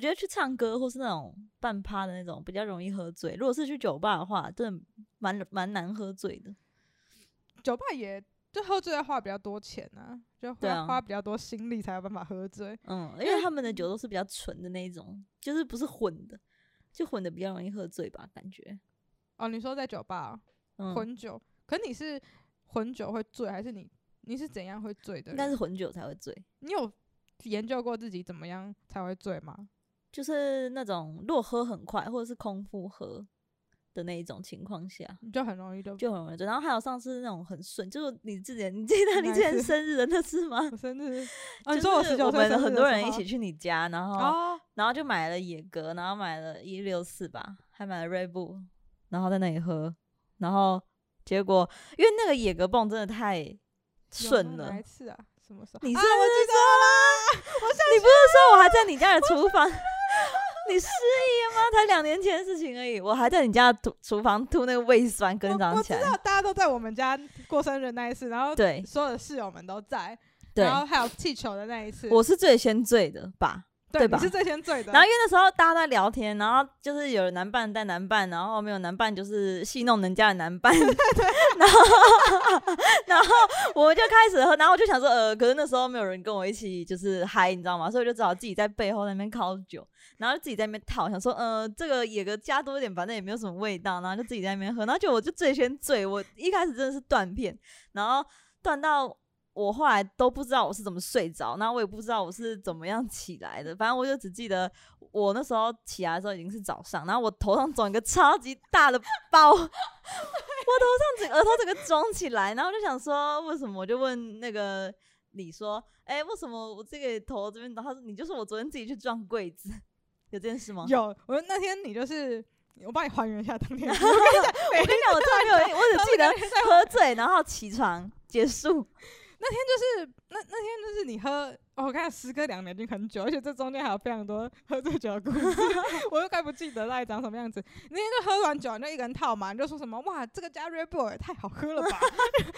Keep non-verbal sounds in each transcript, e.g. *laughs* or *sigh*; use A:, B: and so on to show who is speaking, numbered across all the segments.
A: 觉得去唱歌或是那种半趴的那种比较容易喝醉。如果是去酒吧的话，真的蛮蛮难喝醉的。
B: 酒吧也就喝醉要花比较多钱啊，就
A: 对
B: 会
A: 啊
B: 花比较多心力才有办法喝醉。
A: 嗯，因为他们的酒都是比较纯的那一种，就是不是混的，就混的比较容易喝醉吧，感觉。
B: 哦，你说在酒吧、
A: 嗯，
B: 混酒，可你是混酒会醉，还是你你是怎样会醉的
A: 应
B: 人？
A: 该是混酒才会醉，
B: 你有研究过自己怎么样才会醉吗？
A: 就是那种如果喝很快或者是空腹喝的那一种情况下。
B: 你就很容易就
A: 就很容易醉，然后还有上次那种很顺，就是你之前你记得你之
B: 哪
A: 前
B: 一次
A: 生日的那次吗？
B: 我生日， *laughs* 哦，
A: *laughs* 就
B: 你说我
A: 是
B: 十九
A: 我
B: 岁
A: 们
B: 生日
A: 很
B: 的
A: 多
B: 时
A: 人一
B: 候
A: 起去你家，然后、
B: 哦，
A: 然后就买了野格，然后买了一六四吧，还买了瑞布，然后在那里喝，然后结果因为那个野格泵真的太
B: 有
A: 顺
B: 吗
A: 了
B: 哪一，次啊？什么时候？
A: 你
B: 啊
A: 生
B: 我
A: 日
B: 记
A: 的时候啦，你不是说我还在你家的厨房？ *laughs* 你失忆了吗？才两年前的事情而已，我还在你家的厨厨房吐那个胃酸，隔天早
B: 我
A: 上
B: 我
A: 起
B: 知
A: 来。
B: 道大家都在我们家过生日那一次，然后
A: 对
B: 所有的室友们都在，
A: 对，
B: 然后还有气球的那
A: *laughs*
B: 一次，
A: 我是最先醉的吧。对
B: 对
A: 吧
B: 你是最先醉的，
A: 然后因为那时候大家都在聊天，然后就是有男伴带男伴，然后没有男伴就是戏弄人家的男伴， *laughs* 然后然后我们就开始喝，然后我就想说，呃，可是那时候没有人跟我一起就是嗨，你知道吗？所以我就只好自己在背后那边烤酒，然后自己在那边套，想说，呃，这个野格加多一点，反正也没有什么味道，然后就自己在那边喝，然后就我就最先醉，我一开始真的是断片，然后断到。我后来都不知道我是怎么睡着，然后我也不知道我是怎么样起来的，反正我就只记得我那时候起来的时候已经是早上，然后我头上肿一个超级大的包， *laughs* 我头上整额头整个肿起来，然后我就想说为什么，我就问那个你说，哎、为什么我这个头这边肿？他说你就是我昨天自己去撞柜子，有这件事吗？ *laughs*
B: 有我那天你就是我帮你还原一下当天的事，我跟你讲，
A: 我跟你讲，我真 *laughs* 的没有，我只记得喝醉，然后起床结束。
B: *laughs* 那天就是那那天就是你喝，哦，我看时隔两年已经很久，而且这中间还有非常多喝醉酒的故 *laughs* 事，我又该不记得大概长什么样子。那天就喝完酒，你就一个人套嘛，你就说什么哇，这个加 Red Bull 也太好喝 *laughs* 了吧，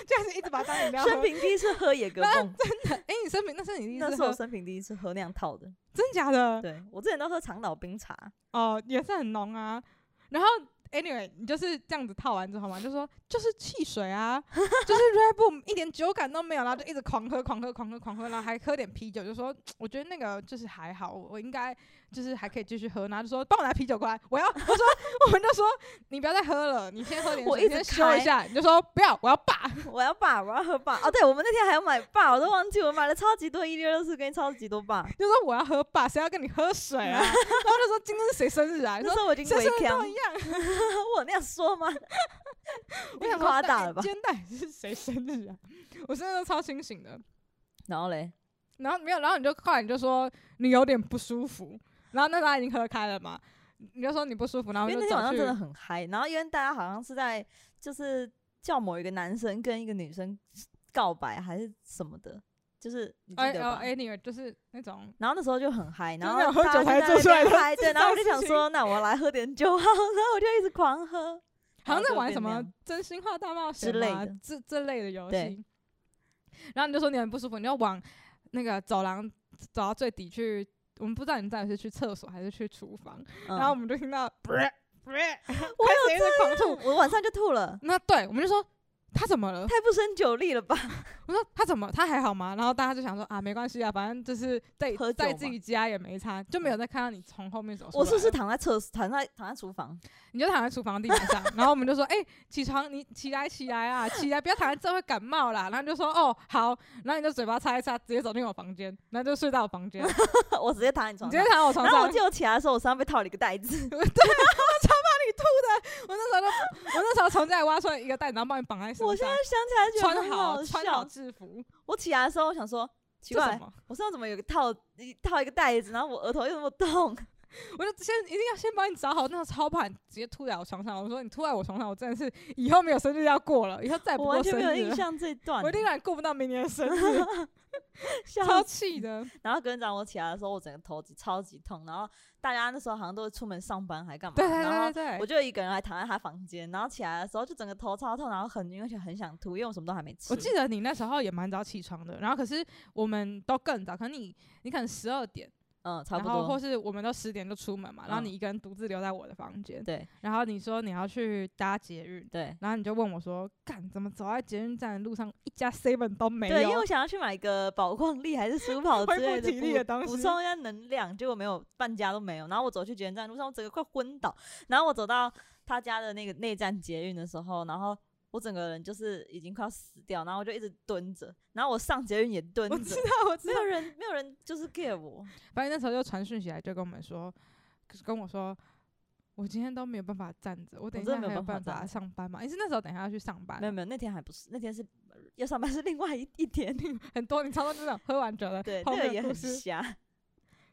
B: 这样子一直把它当饮料喝。
A: 生平第一次喝 *laughs* 野格泵，
B: 哎、你生平那是你第一
A: 那
B: 次
A: 是我
B: 喝，
A: 生平第一次喝那样套的。
B: 真假的？
A: 对我之前都喝长岛冰茶， *laughs*
B: 哦，也是很浓啊。然后 anyway，你就是这样子套完之后嘛，就说就是汽水啊，就是 Red Bull 一点酒感都没有，然后就一直狂喝、狂喝、狂喝、狂喝，然后还喝点啤酒，就说我觉得那个就是还好，我应该就是还可以继续喝。然后就说帮我拿啤酒过来，我要。我说我们就说你不要再喝了，你先喝点水，
A: 我
B: 你
A: 一直
B: 先休
A: 开
B: 一下。你就说不要，我要霸。
A: 我要爸，我要喝爸。哦，对，我们那天还要买爸，我都忘记我买了超级多一六六四跟超级多爸。
B: 就说我要喝霸，谁要跟你喝水啊？然后就说今天是谁生日啊？你
A: 那
B: 说
A: 时候我已经
B: 谁
A: 微
B: 生日
A: 调，
B: 都
A: 我
B: 一样。
A: 有那样说吗？ *laughs*
B: 我想说
A: 夸
B: 到
A: 大
B: 底
A: 了吧
B: 今天到底是谁生日啊？我真的都超清醒的。
A: 然后嘞，
B: 然后没有，然后你就后来你就说你有点不舒服，然后那时候他已经喝开了嘛，你就说你不舒服，然
A: 因
B: 后
A: 为哎那天
B: 就走
A: 晚上
B: 去
A: 真的很嗨，然后因为大家好像是在就是叫某一个男生跟一个女生告白还是什么的，就是你记
B: 哎
A: 得
B: 哦
A: 吧？
B: 哎，你就是那种
A: 然后那时候就很嗨，
B: 就
A: 然
B: 是
A: 后
B: 那种喝
A: 大家
B: 酒才
A: 就
B: 做
A: 在那
B: 出来
A: 边
B: 的
A: 嗨，对，
B: 智
A: 然后我就
B: 障
A: 想
B: 事
A: 说，那我来喝点酒好了， *laughs* 然后我就一直狂喝。
B: 好像在
A: 就
B: 玩
A: 变
B: 什
A: 那
B: 么
A: 样
B: 真心话大冒险
A: 之类
B: 嘛
A: 的
B: 这这类的游
A: 对
B: 戏。然后你就说你很不舒服，你就往那个走廊走到最底去。我们不知道你到底是去厕所还是去厨房，
A: 嗯
B: 然后我们就听到， *laughs* 我
A: 我
B: 有在狂吐。
A: 我晚上就吐了，
B: 那对，我们就说他怎么了？
A: 太不胜酒力了吧？
B: 我说他怎么他还好吗？然后大家就想说啊，没关系啊，反正就是在
A: 喝酒
B: 在
A: 嘛
B: 自己家也没差，就没有再看到你从后面走出来。
A: 我是不是躺在厕所，躺在躺在厨房？ *laughs*
B: 你就躺在厨房地板上？然后我们就说，哎、起床，你起来起来啊，起来，不要躺在这会感冒啦。然后你就说哦好，然后你就嘴巴擦一擦，直接走进我房间，然后就睡到我房间，你
A: 我直接躺在你床
B: 直
A: 上
B: 接。躺在我床
A: 然后
B: 上。
A: 我记得我起来的时候，我身上被套了一个袋子，
B: 我那时候就我那时候从家里挖出来一个袋子，然后帮你绑在身上，
A: 我现在想起来觉得
B: 啊穿
A: 很好
B: 好
A: 笑。
B: 穿好制服，
A: 我起来的时候，我想说奇
B: 这什
A: 怪，
B: 么？
A: 我身上怎么有个套一套一个袋子，然后我额头又那么痛，
B: 我就先一定要先帮你找好那个超盘，直接吐在我床上。我说你吐在我床上，我真的是以后没有生日要过了，以后再也不
A: 我
B: 过
A: 完
B: 生
A: 全
B: 日
A: 没有
B: 了。
A: 印象这一段
B: 我一，定让你过不到明年
A: *laughs*
B: 的生日，
A: 笑
B: 超
A: 死
B: 气的。
A: 然后隔天早上我起来的时候，我整个头超级痛，然后大家那时候好像都会出门上班还干嘛，
B: 对对
A: 然后
B: 对对
A: 我
B: 对，
A: 就一个人还躺在他房间，然后起来的时候就整个头超痛，然后很晕，而且很想吐，因为我什么都还没吃。
B: 我记得你那时候也蛮早起床的，然后可是我们都更早，可能你你可能十二点，
A: 嗯，差
B: 然
A: 不
B: 后或
A: 多。
B: 是我们都十点就出门嘛，然后
A: 嗯
B: 你一个人独自留在我的房间，
A: 对
B: 然后你说你要去搭捷运，
A: 对
B: 然后你就问我说，干怎么走在捷运站的路上一家 seven 都没有？
A: 对，因为我想要去买个宝矿力
B: *laughs*
A: 还是舒跑
B: 恢
A: 之
B: 复
A: 类
B: 体力的
A: 的
B: 东
A: 补，补
B: 西
A: 充一下能量，结果没有半家都没有。然后我走去捷运站路上，我整个快昏倒。然后我走到他家的那个内站捷运的时候，然后。我整个人就是已经快要死掉，然后我就一直蹲着，然后我上捷运也蹲
B: 我
A: 着
B: 知，道，我知
A: 没
B: 道
A: 有。人，没有人就是 care
B: *laughs*
A: 我，
B: 反正那时候就传讯息来，就跟我们说，可是跟我说，我今天都没有办法站着，我等一
A: 真的
B: 下
A: 没有
B: 还有
A: 办
B: 办
A: 法站
B: 法
A: 着
B: 上班嘛？你是那时候等一下要去上班
A: 没有，没有，那天还不是，那天是呃要上班是另外一一
B: *laughs*
A: 天，
B: 很多你常常这种喝完酒的，
A: 对，
B: 后
A: 那
B: 面
A: 个也
B: 的故
A: 很
B: 事。
A: 瞎。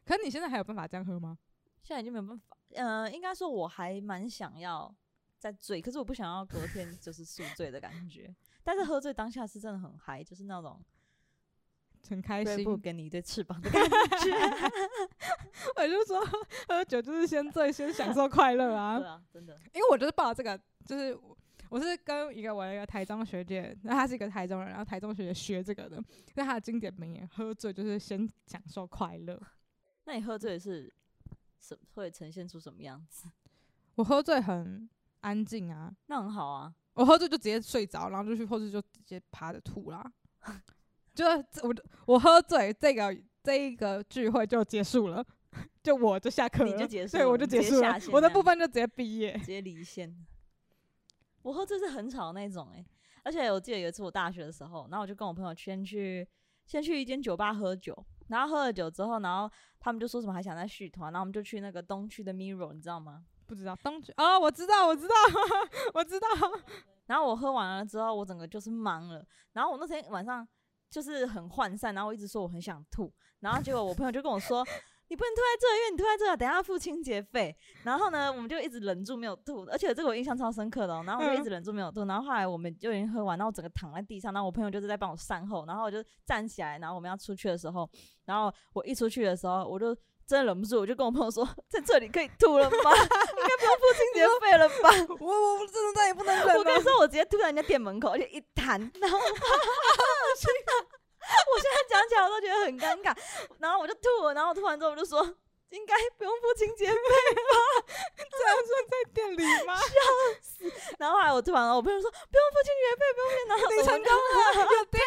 B: 可你现在还有办法这样喝吗？
A: 现在已经没有办法，嗯、应该说我还蛮想要再醉，可是我不想要隔
B: *laughs*
A: 天就是宿醉的感觉。但是喝醉当下是真的很嗨，就是那种
B: 很开
A: 锐
B: 心， *laughs*
A: 步给你一对翅膀的感觉。
B: 我就说喝酒就是先醉，先享受快乐啊
A: 对。啊，真的，
B: 因为我就是抱着这个，就是我我是跟一个我的一个台中学姐，那她是一个台中人，然后台中学姐学这个的，那她的经典名言：喝醉就是先享受快乐。
A: 那你喝醉是什会呈现出什么样子？
B: 我喝醉很安静啊，
A: 那很好
B: *laughs*
A: 啊，
B: 我喝醉就直接睡着，然后就去后置就直接趴着
A: *laughs*
B: 吐啦。就是这我我喝醉这个这一个聚会就结束了， *laughs* 就我就下课了，
A: 你就结束
B: 对，
A: 了
B: 我就
A: 你直
B: 结
A: 接
B: 束
A: 下
B: 了，
A: 线
B: 我的
A: 这样
B: 部分就直接毕业
A: 直。接离线。我喝醉是很吵那种诶、欸而且我记得有一次我大学的时候，然后我就跟我朋友先去先去一间酒吧喝酒，然后喝了酒之后，然后他们就说什么还想再续团，然后我们就去那个东区的 Mirror，你知道吗？
B: 不知道当局啊、我知道，我知道， *laughs* 我知道，
A: 然后我喝完了之后，我整个就是懵了，然后我那天晚上就是很涣散，然后我一直说我很想吐，然后结果我朋友就跟我说。你不能吐在这，因为你吐在这，等一下要付清洁费。然后呢，我们就一直忍住没有吐，而且这个我印象超深刻的、哦。然后我就一直忍住没有吐，然后后来我们就已经喝完，然后我整个躺在地上，然后我朋友就是在帮我善后，然后我就站起来，然后我们要出去的时候，然后我一出去的时候，我就真的忍不住，我就跟我朋友说， *laughs* 在这里可以吐了吗？应 *laughs* 该不用付清洁费了吧？
B: *laughs* 我我我真的再也不能忍了。
A: 我跟你说，我直接吐在人家店门口，而且一弹，然 *laughs* 后真的，我现在讲起来我都觉得很尴尬。然后我就吐了，然后吐完之后我就说，应该不用付清洁费。
B: 这样算在店里 *laughs* 吗？
A: 然后后来我吐完了，我朋友说不用付清洁费，不用付。然后
B: 你
A: 我
B: 成
A: 们
B: 功了，有店。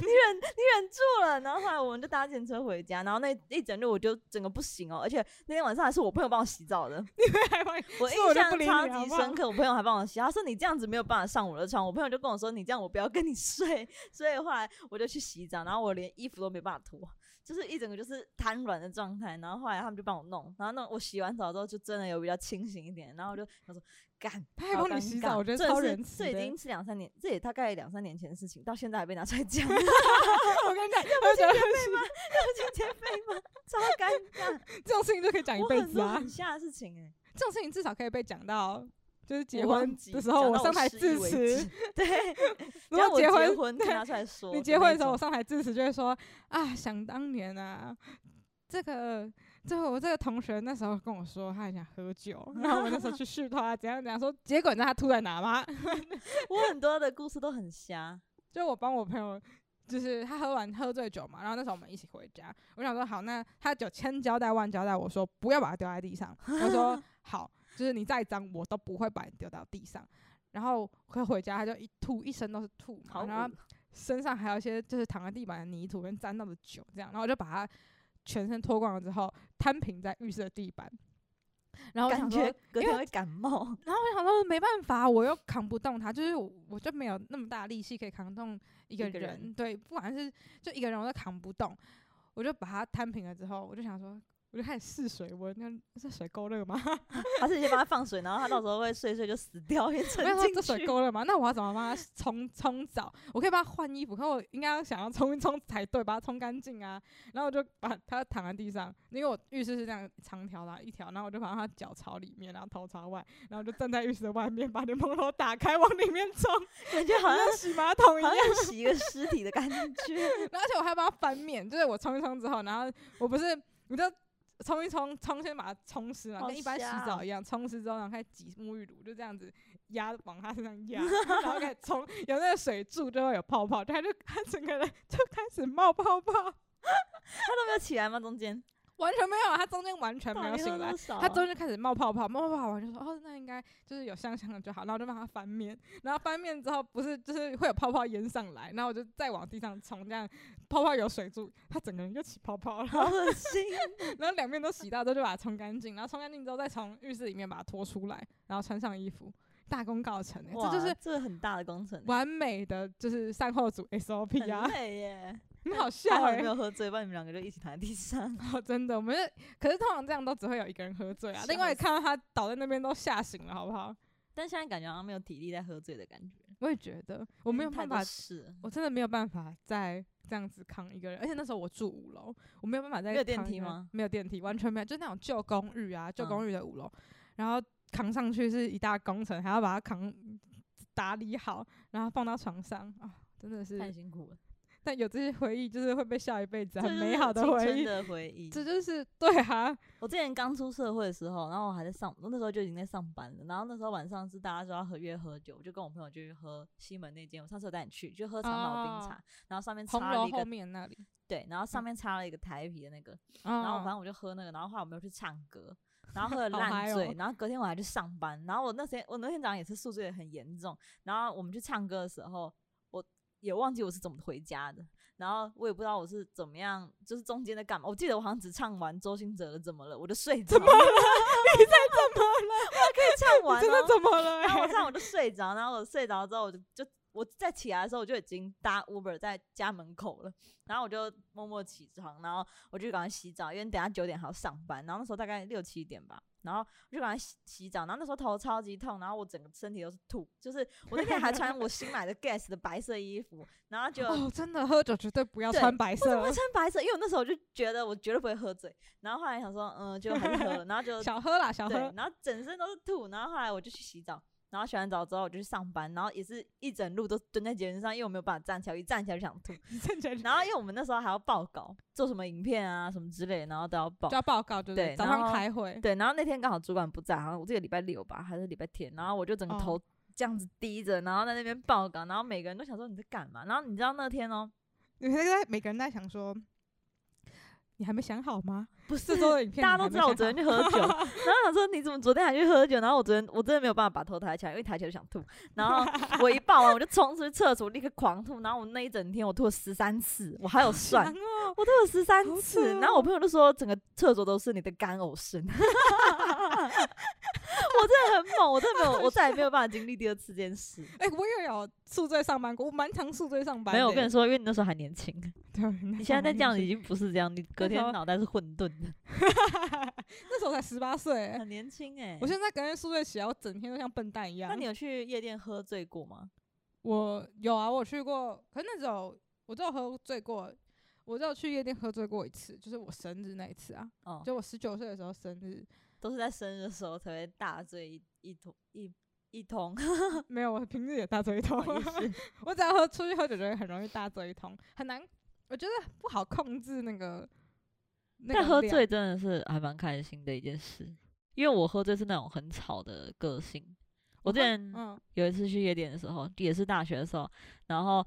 A: 你忍你忍住了。然后后来我们就搭电车回家，然后那一整路我就整个不行哦，而且那天晚上还是我朋友帮我洗澡的，
B: 还帮你
A: 我
B: 是
A: 印
B: 就不
A: 象
B: 理
A: 超
B: 你好
A: 级
B: 不好 *laughs*
A: 深刻，我朋友还帮我洗，他说你这样子没有办法上我的床，我朋友就跟我说你这样我不要跟你 *laughs* 睡，所以后来我就去洗澡，然后我连衣服都没办法脱，就是一整个就是瘫软的状态，然后后来他们就帮我弄，然后弄我洗完澡之后就真的有比较清醒一点，然后我就想说干，
B: 他还
A: 好
B: 帮你
A: 尴
B: 洗
A: 尬
B: 澡我觉得
A: 真的
B: 超
A: 是
B: 仁慈
A: 这已
B: 的 *laughs*
A: 经是两三年，这也大概两三年前的事情，到现在还被拿出来
B: *laughs*
A: 讲， *laughs*
B: 我跟你讲，我觉得
A: 清洁费吗？ *laughs* 超尴尬，
B: 这种事情就可以讲一
A: 我
B: 辈
A: 很
B: 子
A: 多
B: 啊
A: 很。吓的事情哎、欸，
B: 这种事情至少可以被讲到，就是结
A: 我忘
B: 婚
A: 记
B: 的时候
A: 讲到
B: 上台
A: 失忆
B: 致
A: 为
B: 辞 *laughs*
A: 止，，对。只
B: 如
A: 要
B: 果
A: 我结
B: 婚，
A: 婚就拿出来说，
B: 你结婚的时候我，上台致辞就会说啊，想当年啊，这个。最后我这个同学那时候跟我说他很想喝酒，然后我那时候去试他怎样怎样说，结果你知道他吐在哪吗？
A: 我很多的故事都很瞎，
B: 就我帮我朋友，就是他喝完喝醉酒嘛，然后那时候我们一起回家，我想说好，那他有千交代万交代我说不要把它丢在地上，
A: *laughs*
B: 我说好，就是你再脏我都不会把你丢到地上。然后快回家，他就一吐一身都是吐嘛，
A: 好恶，
B: 然后身上还有一些就是躺在地板的泥土跟沾到的酒这样，然后我就把它全身脱光了之后摊平在浴室的地板，然后我
A: 感
B: 想说
A: 觉隔
B: 因为
A: 天会感冒，
B: 然后我想说没办法，我又扛不动他，就是我我就没有那么大力气可以扛动一个
A: 一个
B: 人，
A: 人
B: 对，不管是就一个人我都扛不动，我就把它摊平了之后，我就想说，我就开始试水温，那这水够热吗？ *laughs*
A: 还是你先帮他放水，然后他到时候会睡一睡就死
B: *laughs*
A: 掉，因为
B: 我
A: 沉
B: 想说这
A: 进
B: 水
A: 去。
B: 够热吗？那我要怎么帮他冲冲澡？我可以帮他换衣服，可我应该要想要冲一冲才对，把它冲干净啊。然后我就把他躺在地上，因为我浴室是这样长条啊啦，一条，然后我就把他脚朝里面，然后头朝外，然后就站在浴室的外面，把莲蓬头打开往里面冲。
A: 感觉好像
B: 像洗马桶一
A: 好
B: 样。
A: 像洗一个尸体的感
B: *laughs*
A: 觉，
B: 然后而且我还把它翻面，就是我冲一冲之后，然后我不是我就冲一冲，冲先把它冲湿嘛，
A: 好
B: 跟一般洗
A: 瞎
B: 澡一样，冲湿之后，然后开始挤沐浴乳，就这样子压往它身上压，然后开始冲，有那个水柱就会有泡泡，它就它整个人就开始冒泡泡。
A: 他都没有起来吗？中间
B: 完全没有，他中间完全没
A: 到
B: 有
A: 底
B: 醒
A: 喝
B: 来
A: 多，少啊？
B: 他中间就开始冒泡泡，冒泡泡，我就说哦，那应该就是有香香的就好，然后就让它翻面，然后翻面之后不是就是会有泡泡淹上来，然后我就再往地上冲，这样泡泡有水柱，他整个人就起泡泡了，
A: 好 *laughs* 恶心，
B: 然后两边都洗到之后就把它冲干净，然后冲干净之后再从浴室里面把它拖出来，然后穿上衣服，大功告成、欸，
A: 哇
B: *laughs* 这就是
A: 这个很大的工程欸，
B: 完美的就是善后组 SOP 啊
A: 很，累耶。
B: 很好
A: 还
B: 笑
A: 好
B: 哎、
A: 你没有喝醉，不然你们两个就一起躺在地
B: *laughs*
A: 上。
B: 哦， *laughs* 真的，我们是可是通常这样都只会有一个人喝醉啊，另外
A: 笑
B: 看到他倒在那边都吓醒了，好不好？
A: 但现在感觉好像没有体力在喝醉的感觉，
B: 我也觉得，我没有办法，
A: 是
B: 我真的没有办法再这样子扛一个人，而且那时候我住五楼，我没有办法再
A: 没有电
B: 扛一
A: 梯
B: 个人
A: 吗？
B: 没有电梯，完全没有，就那种旧公寓啊，旧
A: 嗯
B: 公寓的五楼，然后扛上去是一大工程，还要把它扛打理好，然后放到床上啊。真的
A: 太
B: 是，
A: 辛苦了，
B: 但有这些回忆，就是会被笑一辈
A: 这
B: 子，很
A: 就是
B: 美好的
A: 青
B: 回
A: 春
B: 忆。
A: 的回忆。
B: 这就是对啊，
A: 我之前刚出社会的时候，然后我还在上，我那时候就已经在上班了。然后那时候晚上是大家说要合约喝酒，我就跟我朋友去喝西门那间，我上次有带你去，就喝长岛冰茶，
B: 哦
A: 然后上面
B: 红
A: 插了
B: 楼
A: 一
B: 后
A: 个
B: 面嗯那里。
A: 对，然后上面插了一个台皮的那个，
B: 然
A: 然后反正我就喝那个，然后后来我没有去唱歌，然后喝了
B: 嗯 *laughs* 好嗨
A: 烂
B: 哦
A: 醉，然后隔天我还去上班，然后我那天我那天早上也是宿醉得很严重，然后我们去唱歌的时候，我也忘记我是怎么回家的，然后我也不知道我是怎么样，就是中间在干嘛，我记得我好像只唱完周兴哲的《怎么了》，我就睡着，怎么了？
B: *laughs*
A: 你在怎么 *laughs* 了？我还可以唱完、哦，
B: 真的怎么了、
A: 然后我
B: 欸？
A: 上午就睡着，然后我睡着之后，我就就我再起来的时候，我就已经搭 Uber 在家门口了。然后我就默默起床，然后我就赶快洗澡，因为等下九点还要上班。然后那时候大概六七点吧，然后我就赶快洗洗澡。然后那时候头超级痛，然后我整个身体都是吐，就是我那天还穿我新买的 Guess 的白色衣服，然后就。
B: 哦，真的喝酒绝对不要
A: 对
B: 穿白
A: 我怎么
B: 色
A: 会，穿白色？因为我那时候我就觉得我绝对不会喝醉，然后后来想说，嗯，就还是喝了，然后就
B: 小喝啦，小
A: 对
B: *laughs* 喝，。
A: 然后整身都是吐，然后后来我就去洗澡，然后洗完澡之后我就去上班，然后也是一整路都蹲在捷运上，因为我没有办法站起来，我一站起来就
B: *laughs*
A: 想吐。
B: 你站
A: *laughs*
B: 起来就
A: 然后因为我们那时候还要报告，做什么影片啊什么之类的，然后都要报
B: 就。要报告，对不对？
A: 对
B: 早
A: 然
B: 上
A: 后
B: 开 *laughs* 会，
A: 对，然后那天刚好主管不在，好像我记得礼拜六吧，还是礼拜天，然后我就整个
B: 哦
A: 头这样子低着，然后在那边报告，然后每个人都想说你在干嘛，然后你知道那天哦，
B: 你们在每个人在想说，你还没想好 *laughs* 吗？
A: 不
B: 这
A: 是
B: 周的影片
A: 大家都知道我昨天去喝 *laughs* 酒，然后想说你怎么昨天还去喝酒？然后我昨天我真的没有办法把头抬起来，因为抬起来就想吐。然后我一抱完我就冲出去厕所，立刻狂吐。然后我那一整天我吐了十三次，我还有算
B: 算，哦，
A: *laughs* 我吐了十三
B: 好
A: 次。
B: 扯
A: 然后我朋友就说整个厕所都是你的干呕声， *laughs* 我真的很猛，我真 *laughs* 的没有，我再也没有办法经历第二次这件事。
B: 哎、我也有宿醉上班过，我蛮常宿醉上班
A: 没
B: 的欸。
A: 有，我跟你说，因为你那时候还年轻， *laughs*
B: 对，
A: 你
B: 你
A: 现在再这样已经不是这样，你隔
B: 那时
A: 天
B: 候
A: 脑袋是混沌的，
B: 那时候才十八岁欸，
A: 很年轻哎、
B: 我现在隔天宿醉起来，我整天都像笨蛋一样。
A: 那你有去夜店喝醉过吗？
B: 我有啊，我去过，可是那时候我只有喝醉过，我只有去夜店喝醉过一次，就是我生日那一次啊，
A: 哦，
B: 就我十九岁的时候生日，
A: 都是在生日的时候才会大醉一一通一一通，
B: 没有，我平日也大醉一通，
A: 哦也是
B: *laughs* 我只要喝出去喝酒就会很容易大醉一通，很难，我觉得不好控制那个。那
A: *laughs* 但
B: 个
A: 喝
B: 量
A: 醉真的是还蛮开心的一件事，因为我喝醉是那种很吵的个性。我之
B: 喝
A: 前
B: 嗯，
A: 有一次去夜店的时候，也是大学的时候，然后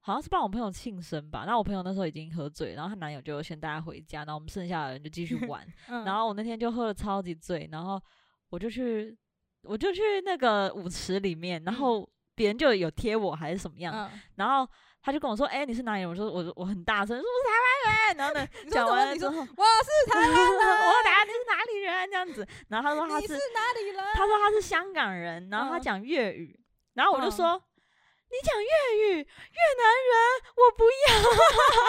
A: 好像是帮我朋友庆生吧，然后我朋友那时候已经喝醉，然后她男友就先带她回家，然后我们剩下的人就继续玩，
B: 嗯
A: 然后我那天就喝了超级醉，然后我就去我就去那个舞池里面，然
B: 嗯
A: 后别人就有贴我还是什么样，
B: 嗯，
A: 然后他就跟我说：“哎、你是哪里人？”我说：“我我很大声，说我是台湾人。”然后呢，
B: *laughs* 你说
A: 讲
B: 什么
A: 完了
B: 你
A: 之
B: 说
A: 后，我
B: 我是
A: *laughs*
B: 台湾
A: 说哪你是哪里人这样子，然后他说他
B: 人，你
A: 是
B: 是哪里人？啊
A: 他说他是香港人，然后他
B: 嗯
A: 讲粤语，然后我就
B: 嗯
A: 说：“你讲粤语，越南人，我不要，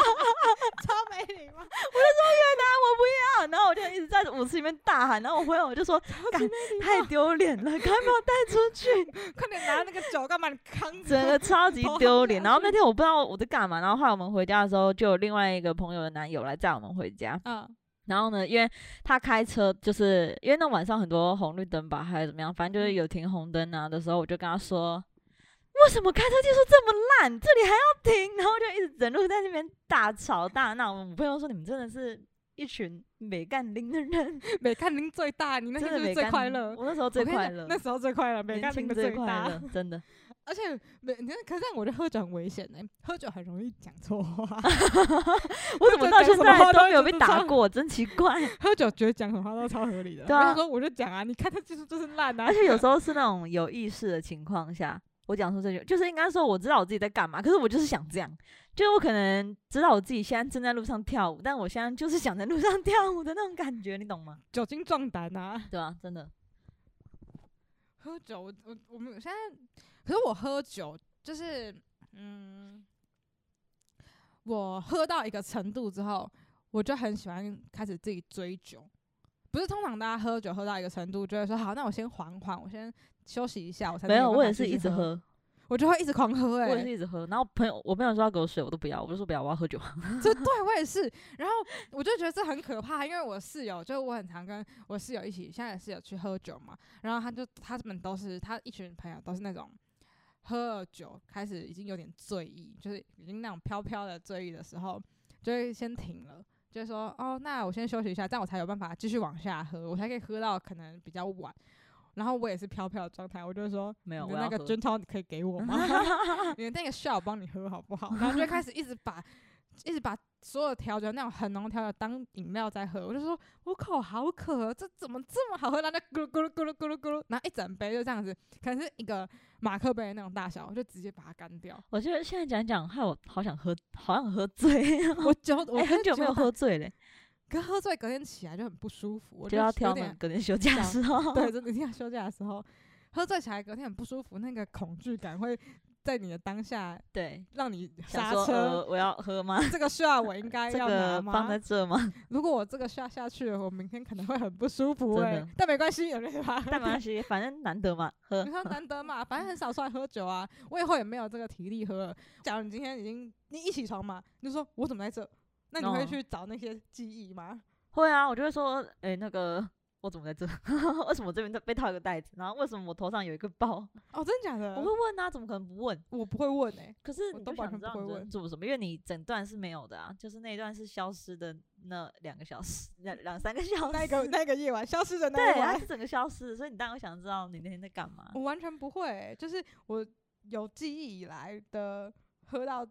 B: 超没礼貌，
A: 越南我不要。”然后我就一直在舞池里面大喊，然后我朋友就说：“干太丢脸了， *laughs* 赶快把我带出去。”
B: 快点拿那个酒干嘛？你扛
A: 整
B: 着，
A: 个超级
B: 头
A: 丢
B: 好
A: 脸。
B: 下
A: 然后那
B: 去
A: 天我不知道我在干嘛，然后后来我们回家的时候，就有另外一个朋友的男友来载我们回家。
B: 嗯，
A: 然后呢，因为他开车，就是因为那晚上很多红绿灯吧，还是怎么样，反正
B: 嗯
A: 就是有停红灯啊的时候，我就跟他说。为什么开车技术这么烂？这里还要停？然后就一直整路在那边大吵大闹。我朋友说：“你们真的是一群没干零的人，
B: 美看您 *laughs* 最大，你那
A: 真
B: 天
A: 的
B: 是不
A: 没
B: 是最
A: 干
B: 快
A: 零
B: 乐？
A: 我那时候最
B: 我跟你
A: 快
B: 讲
A: 乐，
B: 那时候最快乐，美
A: 年
B: 看您
A: 轻
B: 的
A: 最
B: 最
A: 快
B: 大。 *laughs*
A: 乐，真的。
B: 而且没，你看，可是我觉得喝酒很危险呢、欸喝酒很容易讲错话，
A: 我怎么到现
B: 讲什么
A: 在
B: 话都
A: 都没有被
B: 就是
A: 打
B: 上
A: 过，真奇怪。
B: 喝酒觉得讲什么话都超合理的。
A: 对
B: 我
A: 啊
B: 就说我就讲啊，你看他技术就是烂啊 *laughs*
A: 而，且有时候是那种有意识的情况下，我讲出这句，就是应该说我知道我自己在干嘛，可是我就是想这样，就我可能知道我自己现在正在路上跳舞，但我现在就是想在路上跳舞的那种感觉，你懂吗？
B: 酒精壮胆啊。
A: 对啊，真的，
B: 喝酒，我我我们现在，可是我喝酒就是，嗯，我喝到一个程度之后，我就很喜欢开始自己追酒。不是通常大家喝酒喝到一个程度，就会说好，那我先缓缓，我先休息一下，我才
A: 没
B: 能
A: 有，
B: 办
A: 我
B: 法
A: 也
B: 继
A: 是
B: 续
A: 一直
B: 喝，
A: 喝，
B: 我就会一直狂喝、欸，
A: 我也是一直喝。然后朋友，我朋友说要给我水，我都不要，我就说不要，我要喝酒。 *laughs*
B: 这对我也是，然后我就觉得这很可怕，因为我室友就我很常跟我室友一起，现在也室友去喝酒嘛，然后他就他们都是他一群朋友都是那种喝了酒开始已经有点醉意，就是已经那种飘飘的醉意的时候，就会先停了。就会说哦，那我先休息一下，这样我才有办法继续往下喝，我才可以喝到可能比较晚。然后我也是飘飘的状态，我就说
A: 没有
B: 你的
A: 我
B: 那
A: 要
B: 个
A: 喝
B: 真钞你可以给我吗？你的那个 shot 我帮你喝好不好？然后就会开始一直把一直把所有调酒那种很浓的调酒当饮料在喝，我就说我口好渴，这怎么这么好喝？然后就咕噜咕噜咕噜咕噜咕噜，然后一整杯就这样子，可能是一个马克杯的那种大小，我就直接把它干
A: *laughs*
B: 掉。
A: 我觉得现在讲一讲，害我好想喝，好想喝醉。
B: 我酒，我、
A: 我哎很久没有，喝醉嘞，
B: 可喝醉隔天起来就很不舒服，我
A: 就要
B: 有
A: 挑那
B: 点
A: 种隔天休假的
B: 想
A: 时候。
B: 对，真的一定要休假的时候，喝醉起来隔天很不舒服，那个恐惧感会在你的当下
A: *laughs* 对，
B: 让你
A: 想
B: 刹
A: 说
B: 车。
A: 呃，我要喝吗？
B: 这个 shot 我应
A: *laughs*
B: 该
A: 这
B: 要拿
A: 个
B: 吗？
A: 放在这吗？
B: 如果我这个 shot 下去了，我明天可能会很不舒服
A: 真
B: 哎、
A: 的
B: 但没关系，有人 *laughs* 把
A: 但没关系，反正难得嘛，喝
B: 你。看难得嘛，反正很少出来喝酒啊，我以后也没有这个体力喝了。假如你今天已经你一起床嘛，你就说我怎么在这？那你会
A: 哦
B: 去找那些记忆吗？
A: *laughs* 会啊，我就会说，哎、那个我怎么在这？ *laughs* 为什么我这边被套一个袋子？然后为什么我头上有一个
B: *laughs*
A: 包？
B: 哦，真的假的？
A: 我会问啊，怎么可能不问？
B: 我不会问哎、
A: 可是
B: 我
A: 你
B: 都
A: 就
B: 完
A: 想
B: 全
A: 知道
B: 不会
A: 你昨
B: 问
A: 天做了什么，因为你整段是没有的啊，就是那一段是消失的那两个小时，两两三个小时，
B: 那个那个夜晚消失的那一
A: 对，它
B: 晚，
A: 是整个消失的，所以你当然会想知道你那天在干嘛。
B: 我完全不会欸、就是我有记忆以来的喝到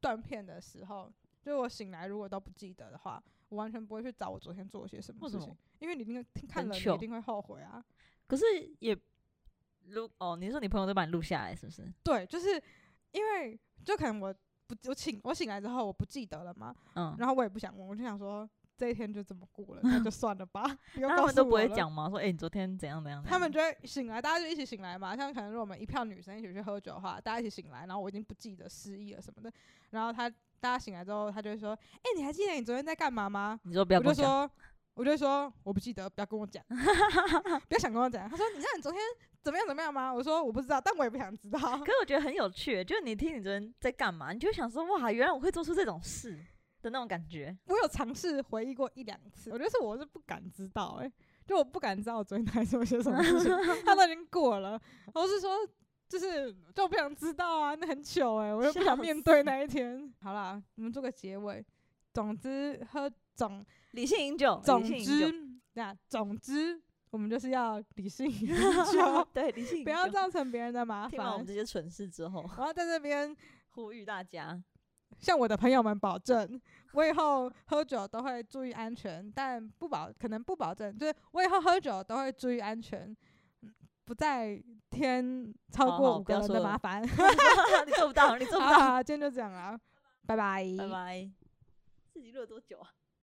B: 断片的时候，就我醒来如果都不记得的话，我完全不会去找我昨天做了些什么
A: 为
B: 事
A: 什么
B: 情，因为你那个听看
A: 很
B: 了你
A: 糗
B: 一定会后悔啊。
A: 可是也录哦，你是说你朋友都把你录下来是不是？
B: 对，就是因为就可能我不我醒我醒来之后我不记得了嘛，
A: 嗯，
B: 然后我也不想问，我就想说这一天就这么
A: *laughs*
B: 过了，那就算了吧。你又
A: 那他
B: 告
A: 们
B: 诉
A: 都不
B: 我
A: 会
B: 了。
A: 讲嗯吗？说，哎、你昨天怎样怎样怎样？
B: 他们就会醒来，大家就一起醒来嘛。像可能如果我们一票女生一起去喝酒的话，大家一起醒来，然后我已经不记得失忆了什么的。然后他大家醒来之后，他就会说：“哎、你还记得你昨天在干嘛吗
A: 你说不？”要
B: 我
A: 跟
B: 就
A: 我讲，
B: 说：“我就说我不记得，不要跟
A: *laughs*
B: 我讲，不要想跟我讲。”他说：“你知道你昨天怎么样怎么样吗？”我说：“我不知道，但我也不想知道。
A: 可是我觉得很有趣，就是你听你昨天在干嘛，你就会想说哇，原来我会做出这种事的那种感觉。
B: 我有尝试回忆过一两次，我觉得是我是不敢知道、欸，就我不敢知道我昨天到底做些什么事
A: *laughs*
B: 情，他都已经过了。我是说，就是就我不想知道啊，那很糗哎、我又不
A: 笑
B: 想面对那一天。 *laughs* 好啦，我们做个结尾。总之，喝总
A: 理性饮酒，
B: 总
A: 理性饮酒， *laughs*
B: 之，那总之，我们就是要理性
A: *laughs*
B: 饮酒，
A: 对，理性饮酒
B: 不要造成别人的麻
A: 听完我们
B: 烦
A: 这。些蠢事之后，
B: 我要在这边
A: 呼吁大
B: *laughs*
A: 家，
B: 向我的朋友们保证，我以后喝酒都会注意安全，但不保可能不保证，就是我以后喝酒都会注意安全，嗯不再添超
A: 好
B: 过
A: 好
B: 五
A: 不
B: 个
A: 要
B: 人
A: 说
B: 的
A: 了
B: 麻烦。 *laughs*
A: 你做不到，你做不
B: 好
A: 到，
B: 啦今天就这样啦，拜拜
A: 拜拜。自己录了多久啊？